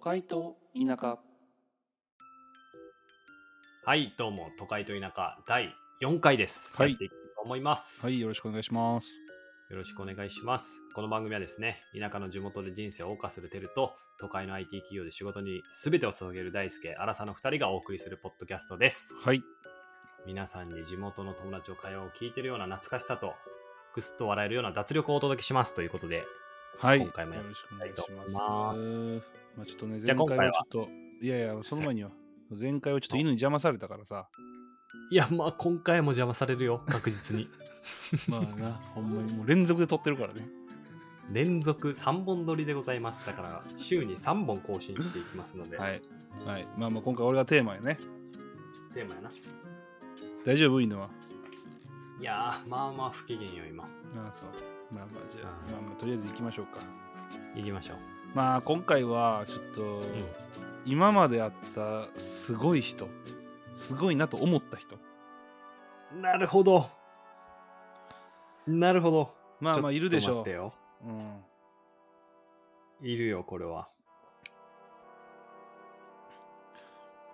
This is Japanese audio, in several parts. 会と田舎はい、どうも、都会と田舎第4回です。はいやっていきたいと思います。はい、よよろしくお願いします。ろしくお願いします。この番組はですね、田舎の地元で人生を謳歌するテルと、都会の IT 企業で仕事に全てを注げる大輔、荒さの2人がお送りするポッドキャストです。はい、皆さんに地元の友達の会話を聞いてるような懐かしさと、くすっと笑えるような脱力をお届けしますということで、はい、今回もやよっろしくお願いします。やってまあちょっとね、じゃ前回あ今回ははちょっと、いやいや、その前には、前回はちょっと犬に邪魔されたから さ、いや、まあ今回も邪魔されるよ、確実に。まあな、ほんまにもう連続で撮ってるからね。連続3本撮りでございます。だから、週に3本更新していきますので、はい、はい、まあまあ今回俺がテーマやね。テーマやな。大丈夫犬は。いやー、まあまあ不機嫌よ、今。ああ、そう。まあまあじゃああ、ーまあまあとりあえず行きましょうか。行きましょう。まあ今回はちょっと、ん今まであったすごい人、すごいなと思った人。なるほど。なるほど。まあまあちいっとるでし待ょってよう。うん。いるよ、これは。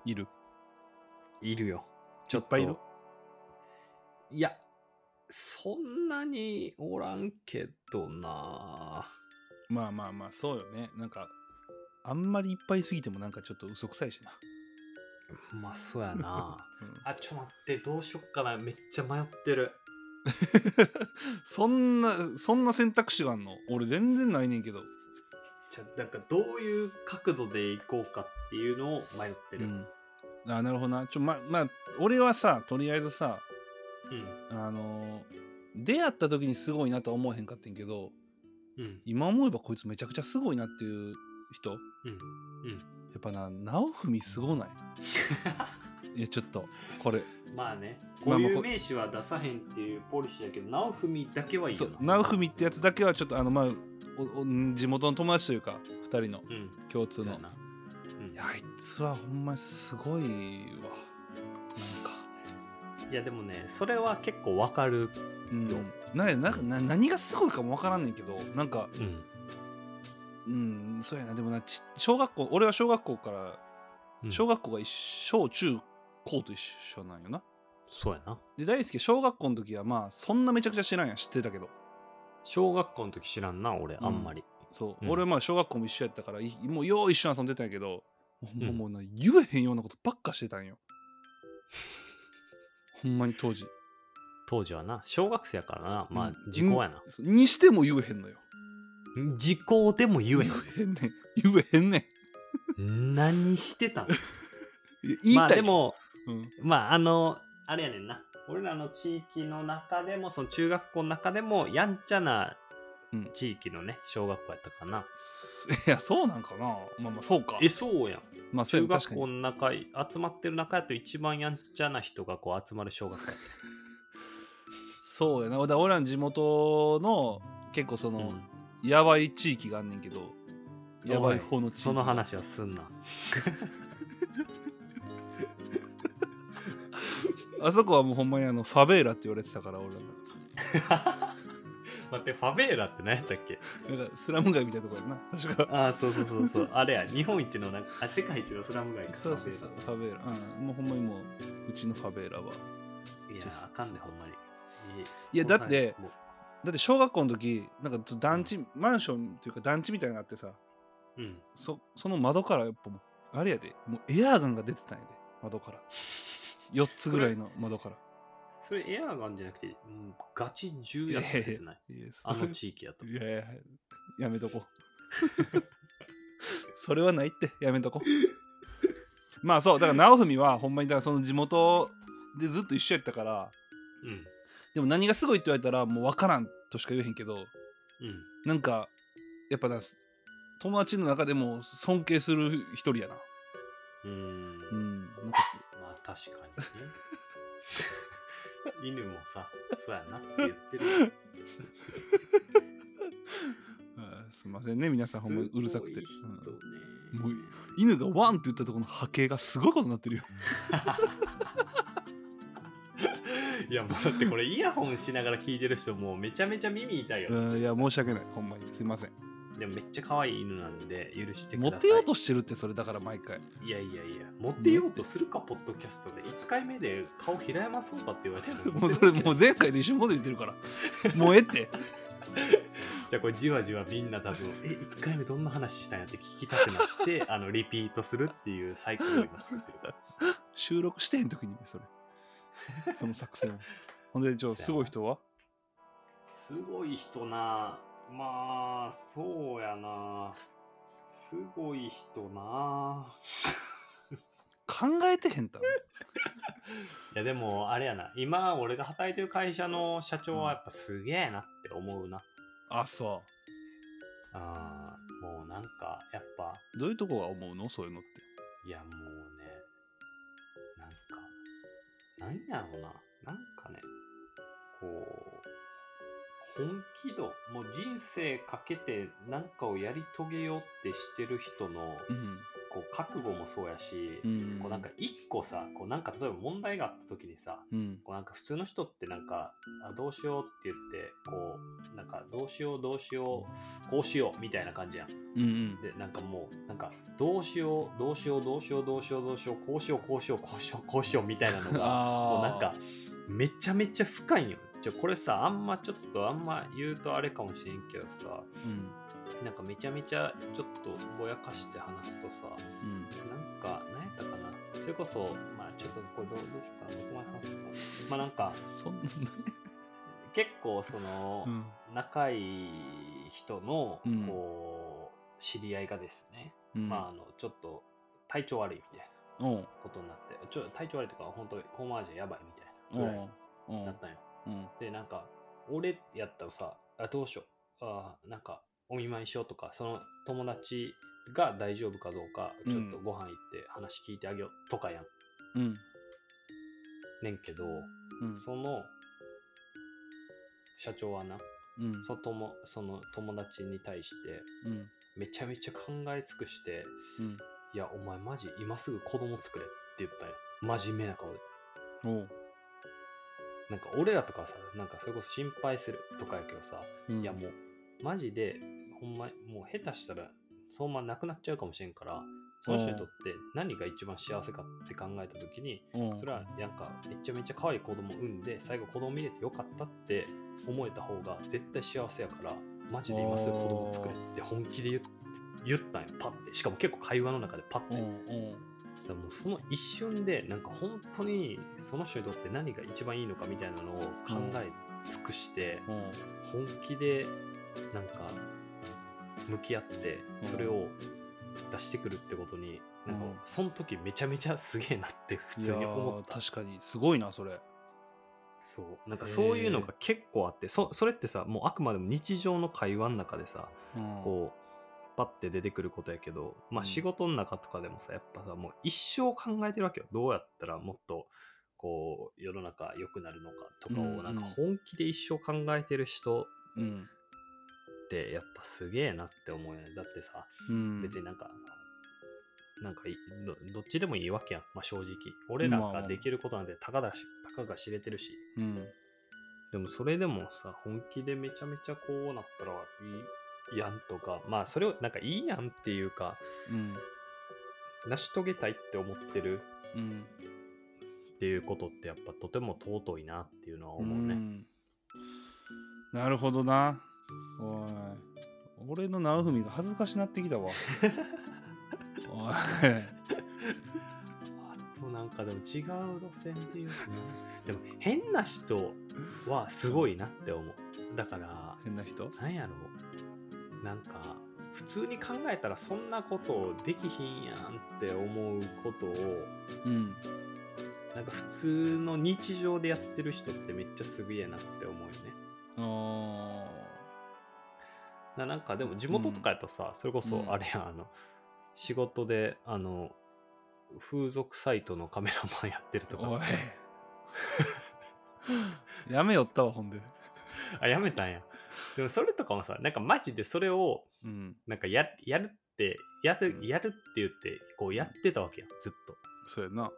いる。いるよ。いっぱいいるいや、そんなにおらんけどな。まあまあまあそうよねなんかあんまりいっぱいすぎてもなんかちょっと嘘くさいしな、まあ、そうや な。うんあ、ちょ待って、どうしよっかな。めっちゃ迷ってる。 そんなそんな選択肢があんの俺全然ないねんけど、じゃあなんかどういう角度でいこうかっていうのを迷ってる。うんあなるほどなちょままあ俺はさとりあえずさうん。あのー出会った時にすごいなとは思わへんかってんけどうん。今思えばこいつめちゃくちゃすごいなっていう人やうん。っぱな直文すご ないいやちょっとこれまあね、ま固あまあ有名詞は出さへんっていうポリシーだけど、直文だけはいいそような。直文ってやつだけはちょっとあのまあおお地元の友達というか2人のうん、共そ通うのやな。いやあいつはほんますごいわうん、いや、でもね、それは結構わかる。なんか、ようん、なんやなんかな何がすごいかもわからんねんけどなんかううん。んそうやなでもなち小学校俺は小学校からうん小学校が一小中高と一緒なんよなそうやな。で大輔小学校の時はまあそんなめちゃくちゃ知らんやん知ってたけど小学校の時知らんな、俺、うんあんまり。そう、うん俺はまあ小学校も一緒やったからいもうよう一緒に遊んでたんやけどもう,、うんもうな言えへんようなことばっかしてたんよ ほんまに当時当時はな、小学生やからな、まあうん、時効やな。そうにしても言えへんのよ時効でも言 えへ言えへんねん言えへんねんん。何してたんいや言いたい、まあ、でも、うん、 まあ、あの、あれやねんな。俺らの地域の中でも、その中学校の中でも、やんちゃなうん地域のね、小学校やったからな。すいやそうなんかなまあまあそうかえ、そうやん。まあそう中や確学か校にの中集まってる中やと一番やんちゃな人がこう集まる小学校やっそうやなだから俺らの地元の結構そたの、よ、やばい地域があんねんけどうんやばい方のお地域その話はす んなあそこはもうほんまにあのファベーラって言われてたから俺ら待ってファベーラって何やったっけなんかスラム街みたいなとこやな確かああそうそうそうそうあれや日本一のなんかあ世界一のスラム街かそうそうそうフファベーラうんもうほんまにもううちのファベーラはァベーラいやちょーあかんねほんまにいやだってもうだって小学校の時なんか団地マンションっていうか団地みたいなのがあってさうんそその窓からやっぱもうあれやでもうエアーガンが出てたんやで窓から4つぐらいの窓からそれエアガンじゃなくて、うんガチ銃やった切ないいやそあれの地域や といやいややめとこう それはないってやめとこうまあそうだから直文はほんまにだからその地元でずっと一緒やったからうんでも何がすごいって言われたらもう分からんとしか言えへんけどうんなんかやっぱな友達の中でも尊敬する一人やなうーんうんなんかまあ確かにね 犬もさそうやな言ってるよあーすいませんね皆さんほんまにうるさくて、すごい人ねうんもう犬がワンって言ったところの波形がすごいことになってるよいやもうだってこれイヤホンしながら聞いてる人もうめちゃめちゃ耳痛いよ、うんいや申し訳ないほんまにすいませんでもめっちゃ可愛い犬なんで許してくモださい。テようとしてるってそれだから毎回いやいやいや、モテようとするか、ポッドキャストで。1回目で顔平山そうだって言われてる もうそれもう前回と一緒のこと言ってるからもうええってじゃあこれじわじわみんな多分、え、1回目どんな話したんやって聞きたくなって、あの、リピートするっていうサイクルを今作ってるから。収録してへん時にそれその作戦をほんでちょそやすごいな人はすごい人なまあ、そうやなすごい人な考えてへんたろいやでも、あれやな。今、俺が働いてる会社の社長はやっぱすげえなって思うな。あそあーもうなんか、やっぱ、うどういうとこが思うのそういうのっていやもうね、なんか、なんやろうな。なんかね、こう、本気度、もう人生かけてなんかをやり遂げようってしてる人の、うんこう、覚悟もそうやし、うんこうなんか一個さ、こうなんか例えば問題があった時にさ、うんこうなんか普通の人ってなんかあどうしようって言ってこうなんかどうしようどうしようこうしようみたいな感じやんうんうんでなんかもうなんかどうしようどうしようどうしようどうしようどうしようこうしようこうしようこうしようこうしようみたいなのあが もあうなんかめちゃめちゃ深いんよじゃこれさあんまちょっとあんま言うとあれかもしれんけどさうんなんかめちゃめちゃちょっとぼやかして話すとさうんなんか何やったかなそれこそまあちょっとこれどうどうしようかなどこまで話すのかなまあなんかそんな結構その、うん仲いい人のうんこう知り合いがですね、うんまああのちょっと体調悪いみたいうんなことになってちょ体調悪いとか本当にコーマージュやばいみたいなうぐらいんうんだったんよ、うんでなんか俺やったらさあどうしようあなんかお見舞いしようとかその友達が大丈夫かどうかちょっとご飯行って話聞いてあげようとかやんうんねんけどうんその社長はなうんその友その友達に対してうんめちゃめちゃ考え尽くしてうん「いやお前マジ今すぐ子供作れ」って言ったんよ真面目な顔でおうなんか俺らとかさなんかそれこそ心配するとかやけどさ、うんいやもうマジでほんまもう下手したらそのままなくなっちゃうかもしれんからその人にとって何が一番幸せかって考えた時にうんそれはなんかめちゃめちゃ可愛い子供産んで最後子供見れてよかったって思えた方が絶対幸せやからマジで今すぐ子供作れって本気で言っ言ったんよパッてしかも結構会話の中でパッて、うんだからもうその一瞬でなんか本当にその人にとって何が一番いいのかみたいなのを考え尽くしてうんうん本気でなんか向き合ってそれを出してくるってことになんかうんその時めちゃめちゃすげえなって普通に思っいたやー確かにすごいなそれそうなんかそういうのが結構あってそそれってさもうあくまでも日常の会話の中でさ、うんこうパッて出てくることやけど、まうあ、ん仕事の中とかでもさやっぱさもう一生考えてるわけよどうやったらもっとこう世の中良くなるのかとかをうんうんなんか本気で一生考えてる人っうんてやっぱすげえなって思うよねだってさうん別になんか、なんかいどどっちでもいいわけやん、まあ、正直俺らができることなんてたかだしたかが知れてるしうんでもそれでもさ本気でめちゃめちゃこうなったらいいやんとかまあそれをなんかいいやんっていうかうん成し遂げたいって思ってるうんっていうことってやっぱとても尊いなっていうのは思うね、んなるほどなおい俺の直文が恥ずかしなってきたわおいあとなんかでも違う路線で言うとねでも変な人はすごいなって思うだから変な人なんやろなんか普通に考えたらそんなことできひんやんって思うことをうんなんか普通の日常でやってる人ってめっちゃすげえなって思うよね。あななんかでも地元とかやとさ、それこうそんあれや、あの仕事であの風俗サイトのカメラマンやってるとーおかいやめよったわほんで あやめたんやでもそれとかもさなんかマジでそれをうんなんかややるってやるうんやるって言ってこうやってたわけやんずっとそうやな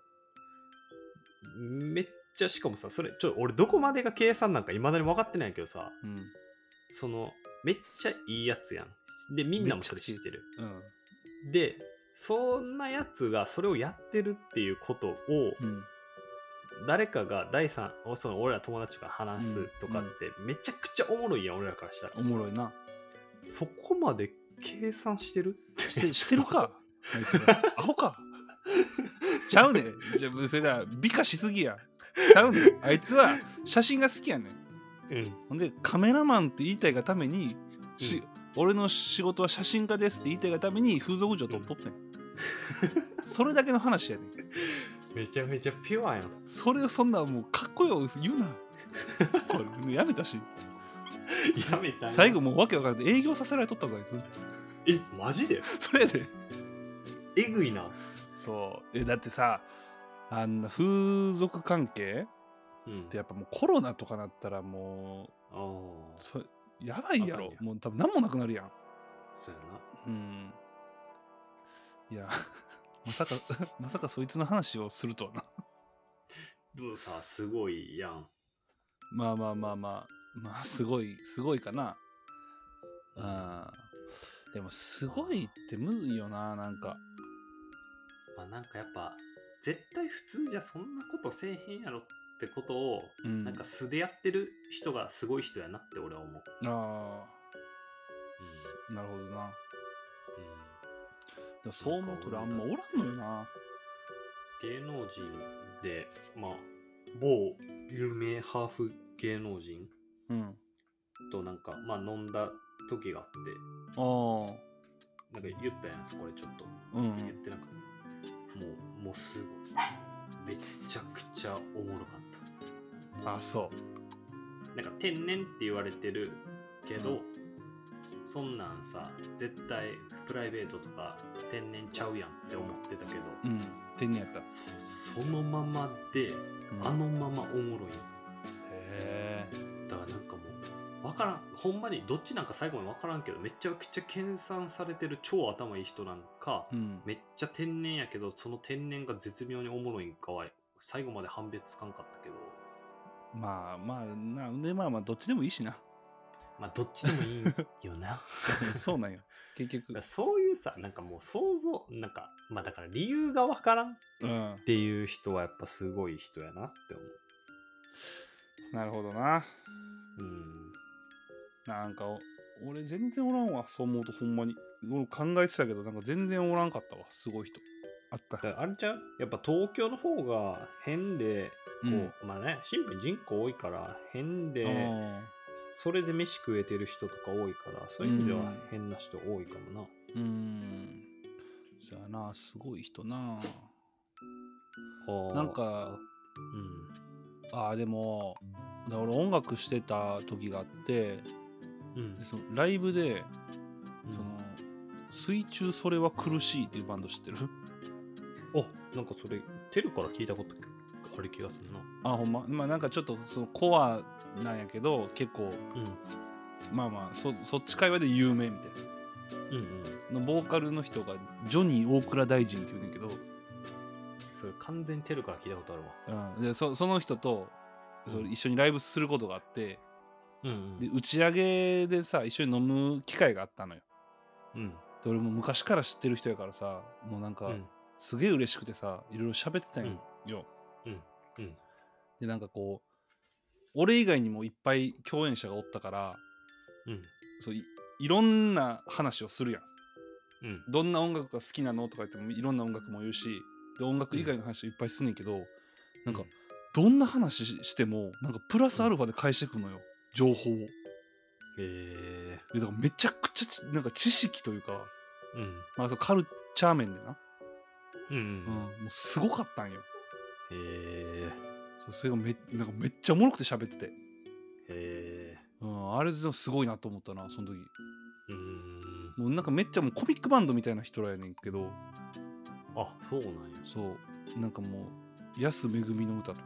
めっちゃしかもさそれちょ俺どこまでが計算なんかいまだに分かってないけどさうんそのめっちゃいいやつやんでみんなもそれ知ってるうんでそんなやつがそれをやってるっていうことをうん誰かが第三その俺ら友達とか話すとかってめちゃくちゃおもろいやん俺らからしたらおもろいなそこまで計算してるってしてしてるかあいつらアホかちゃうねんじゃあそれだ美化しすぎやちゃうねんあいつは写真が好きやねんうんほんでカメラマンって言いたいがために、しうん俺の仕事は写真家ですって言いたいがために風俗嬢と撮ってん、それだけの話やねんめちゃめちゃピュアやんそれをそんなもうかっこよ言 うなこれやめたしやめたな最後もうわけわからんで営業させられとったぞあいえマジでつそれやでえぐいなそうえだってさあんな風俗関係うんってやっぱもうコロナとかなったらもうああそやばいやろ危ないやもう多分何もなくなるやんそうやなうんいや まさか まさかそいつの話をするとはなでもさすごいやんまあまあまあまあまあすごいすごいかなあーでもすごいってむずいよななんかまあ、なんかやっぱ絶対普通じゃそんなことせえへんやろってことを、うんなんか素でやってる人がすごい人やなって俺は思う、ああなるほどなでもそう思うと俺あんまおらんのよな芸能人でまあ某有名ハーフ芸能人うんとなんかまあ飲んだ時があっああてなんか言ったやんこれちょっとう言っんてなんかもうもうすごいめっちゃくちゃおもろかったあそなんか天然って言われてるけど、うそんなんさ絶対プライベートとか天然ちゃうやんって思ってたけど、ううん天然やった、そそのままで、うんあのままおもろいへえだからなんかもうわからんほんまにどっちなんか最後まで分からんけどめちゃくちゃ研鑽されてる超頭いい人なんか、うんめっちゃ天然やけどその天然が絶妙におもろいんかは最後まで判別つかんかったけどまあまあなでまあまあどっちでもいいしな まあどっちでもいいよなそうなんよ結 だから局そういうさなんかもう想像なんかまあだから理由がわからんっうんていう人はやっぱすごい人やなって思うなるほどなうんなんかお俺全然おらんわそう思うとほんまに俺考えてたけどなんか全然おらんかったわすごい人あっただからあれちゃうやっぱ東京の方が変でこう、うんまあねシンプルに人口多いから変あでーそれで飯食えてる人とか多いからそういう意味でうはん変な人多いかもな、うーんじゃあなすごい人なあーなんかうんあーでもだ俺音楽してた時があってうんでそのライブでうんその「水中それは苦しい」っていうバンド知ってるあなんかそれテルから聞いたことある気がするなあほんままあなんかちょっとそのコアなんやけど結構うんまあまあそそっち界隈で有名みたいなうんうんのボーカルの人がジョニー大倉大臣って言うねんけど、それ完全にテルから聞いたことあるわでそその人とそう一緒にライブすることがあってうんうでん打ち上げでさ一緒に飲む機会があったのようんで俺も昔から知ってる人やからさもうなんか、うんすげえ嬉しくてさいろいろ喋ってたんよ、うんうんうんでなんかこう俺以外にもいっぱい共演者がおったからうんそういいろんな話をするやんうんどんな音楽が好きなのとか言ってもいろんな音楽も言うしで音楽以外の話をいっぱいすんねんけど、なんかどんな話ししてもなんかプラスアルファで返してくのよ情報をでへえだからめちゃくちゃちなんか知識というか、うんまあ、そうカルチャー面でな、うんうん、もうすごかったんよへえそうそれがめなんかめっちゃおもろくて喋ってて、へえうん、あれでもすごいなと思ったなその時うーんもうなんかめっちゃもうコミックバンドみたいな人らやねんけどあそうなんやそうなんかもう安めぐみの歌とか、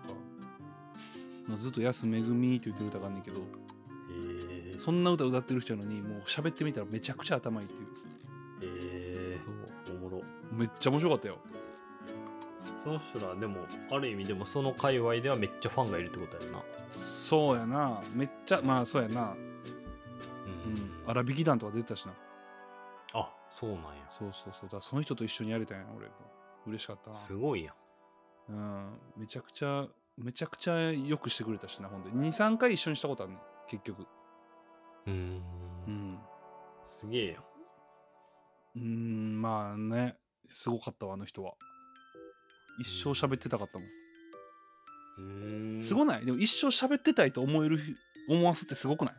まあ、ずっと安めぐみって言ってる歌があんねんけどへえそんな歌歌ってる人やのにもう喋ってみたらめちゃくちゃ頭いいっていうへえそうおもろめっちゃ面白かったよその人らでもある意味でもその界隈ではめっちゃファンがいるってことやなそうやなめっちゃまあそうやな、ううん、荒引き団とか出てたしなあそうなんやそうそうそうだからその人と一緒にやれたんや俺も嬉しかったなすごいやんうんめちゃくちゃめちゃくちゃよくしてくれたしなほんで23回一緒にしたことあるね結局うーんうんすげえやうんーんまあねすごかったわあの人は一生喋ってたかったもん、うーんすごないでも一生喋ってたいと思える日思わすってすごくない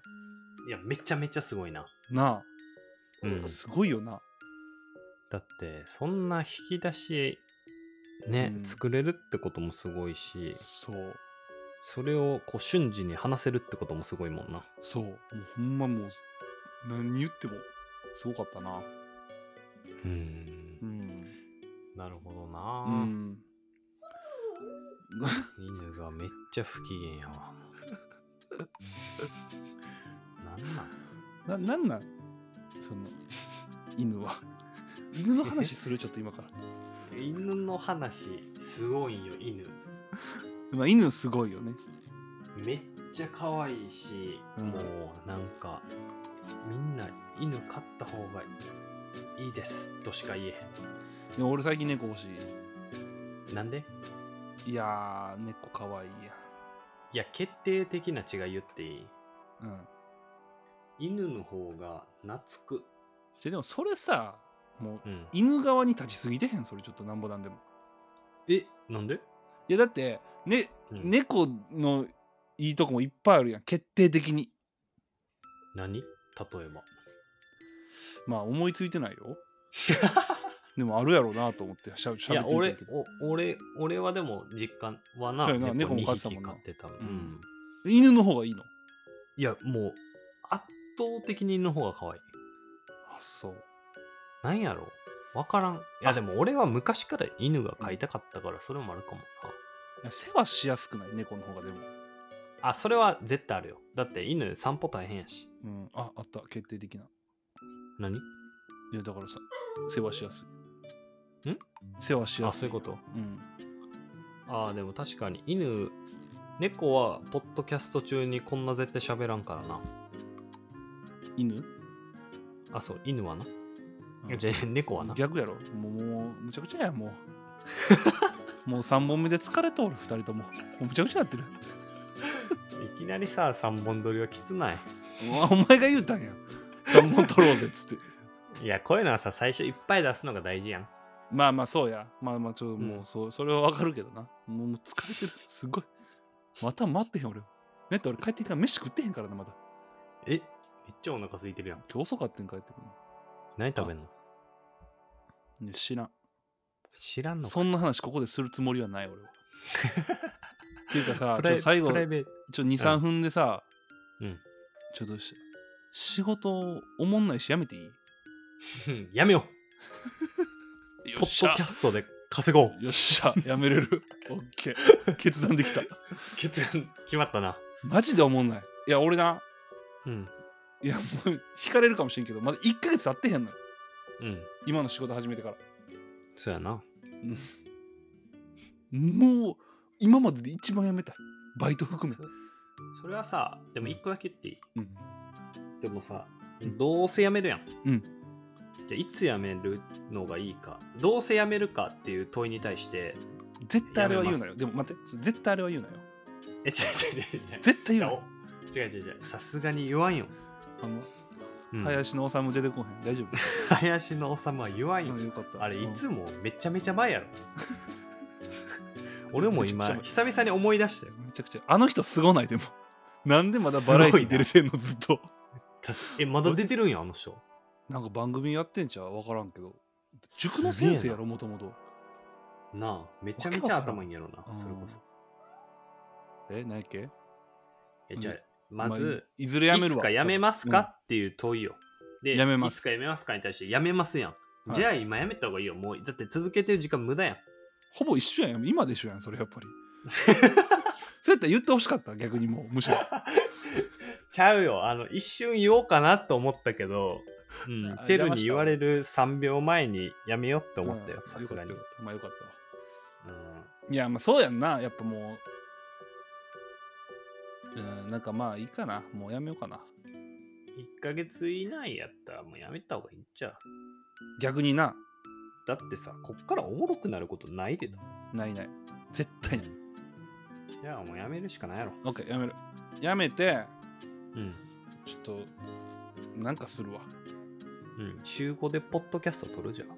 いやめちゃめちゃすごいな、なあ、うん、すごいよなだってそんな引き出しね、うん作れるってこともすごいしそうそれをこう瞬時に話せるってこともすごいもんなそうもうほんまもう何言ってもすごかったなうんうんなるほどうな、ん犬がめっちゃ不機嫌や わなんなんななんなんその犬 は犬の話するちょっと今から犬の話すごいよ犬まあ犬すごいよねめっちゃ可愛いし、うんもうなんかみんな犬飼った方がいいですとしか言えでも俺最近猫欲しへんなんでいいやー猫かわいいやいや決定的な違い言っていいうん犬の方が懐くじゃでもそれさもううん犬側に立ちすぎてへんそれちょっとなんぼなんでもえなんで、いやだってね、うん猫のいいとこもいっぱいあるやん決定的に何例えばまあ思いついてない よでもあるやろうなと思ってしゃしいゃべっやてみ俺たけどお俺俺はでも実家はなそうやな猫猫も飼っ2てた匹もんな飼ってたもん、ううんん、犬の方がいいのいやもう圧倒的に犬の方が可愛いあそうなんやろわからん。いやあでも俺は昔から犬が飼いたかったからそれもあるかもいや世話しやすくない猫の方がでもな。あ、それは絶対あるよ。だって犬散歩大変やし。うんああった決定的な何いやだからさ世話しやすいん世話しやあ、すいそういうこと。うんあーでも確かに犬、猫はポッドキャスト中にこんな絶対喋らんからな。犬あ、そう、犬はな。うんじゃあ猫はな。逆やろもうもうむちゃくちゃやも うもう3本目で疲れとる2人とももうむちゃくちゃやってるいきなりさ、3本撮りはきつない。うわお前が言うたんや3本取ろうぜっつっていや、こういうのはさ、最初いっぱい出すのが大事やん。まあまあそうやまあまあちょっともう、うんそうそれはわかるけどなもうもう疲れてるすごいまた待ってへん俺ねって俺帰ってきたら飯食ってへんからなまたえめっちゃお腹空いてるやん。今日遅かったん帰ってくる何食べんののいや知らん知らんのかそんな話ここでするつもりはない 俺はっていうかさプちょラっイと最後プライベートちょ23、分でさ、うんちょっとし仕事おもんないしやめていいうんやめようよポっしッドゃキャストで稼ごうよっしゃやめれるオッケー決断で きた決断決まったなマジでおもんないいや俺なうんいやもう引かれるかもしれんけどまだ1ヶ月経ってへんのようん今の仕事始めてからそうやなもう今までで一番やめたいバイト含めそれはさでも一個だけ言っていい、うんでもさうんどうせ辞めるやんうんじゃあいつ辞めるのがいいかどうせ辞めるかっていう問いに対して絶対あれは言うなやよでも待って絶対あれは言うなよえ違う違う違う違う絶対い言うなやおよ違う違う違うさすがに言わんよ、あの、うん、林の治出てこへん大 丈夫林の王様は言わんよあよかったあれいつうんもめちゃめちゃ前 やろ俺も今久々に思い出したよめちゃくちゃあの人すごないでもなんでまだバラエティー出れてんのずっと確かえまだ出てるんやあの人なんか番組やってんちゃう分からんけど塾の先生やろもともとなあめちゃめちゃ頭いいんやろなうんそれこそえ何やっけえうんじゃあまず、いずれやめいるつわかやめますうんかっていう問いよでやめますいつかやめますかに対してやめますやんじゃあ今やめた方がいいよもうだって続けてる時間無駄やんほぼ一緒やん今で一緒やんそれやっ ぱりそうやったら言ってほしかった逆にもうむしろちゃうよあの一瞬言おうかなと思ったけどう んあテル邪魔にした言われる3秒前にやめようって思ったようんさすがによかったよかったまあよかったわうんいやまあそうやんなやっぱもううんなんかまあいいかなもうやめようかな1ヶ月以内やったらもうやめた方がいいんちゃう逆になだってさ、こっからおもろくなることないでだ。ないない絶対ないじゃあもうやめるしかないやろ。 OK やめるやめてうん。ちょっとなんかするわうん。週5でポッドキャスト撮るじゃん。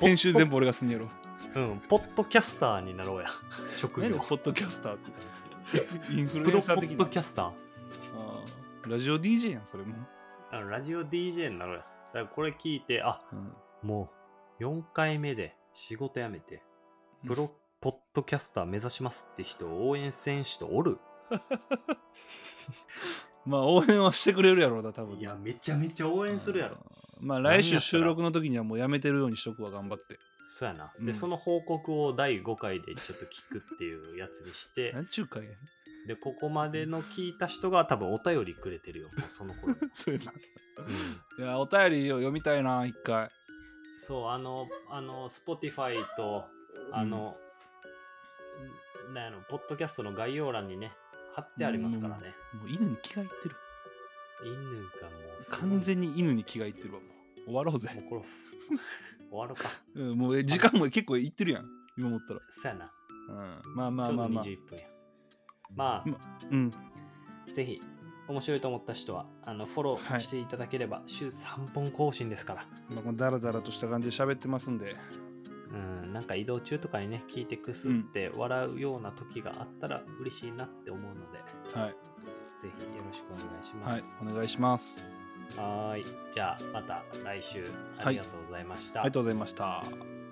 編集全部俺がすんやろうん。ポッドキャスターになろう や。職何業で。ポッドキャスターってインフルプエロンポサー的ッドなキャスター。あーラジオ DJ やんそれも、あのラジオ DJ になろうや。だからこれ聞いて、あうん、もう4回目で仕事辞めて、プロポッドキャスター目指しますって人、応援選手とおる。まあ応援はしてくれるやろうな多分いや、めちゃめちゃ応援するやろ。あーまあなんや来った週ら収録の時にはもうやめてるようにしとくわ頑張ってそうやな。うで、んその報告を第5回でちょっと聞くっていうやつにして、 何ちゅうかやねんで、ここまでの聞いた人が多分お便りくれてるよ、もうその 頃に。そうやなうんいやお便りを読みたいな一回そう、あの、あの、Spotify と、あの、なんやろ、ポッドキャストの概要欄にね、貼ってありますからね。もう犬に気が入ってる犬がもうすごい、完全に犬に気が入ってるわもう終わろうぜもうこれ、終わるか。うんもうえ時間も結構いってるやん今思ったらそうやな。うんまあまあまあまあちょうど21分や。まあ、うんぜひ、面白いと思った人は、あの、フォロはーいしていただければ、週3本更新ですから。まあまあダラダラとした感じで喋ってますんでうん、なんか移動中とかにね、聞いてくすって笑うような時があったら嬉しいなって思うので、はいぜひよろしくお願いしまはいす。お願いしますはーい。じゃあ、また来週ありがとうございました。ありがとうございました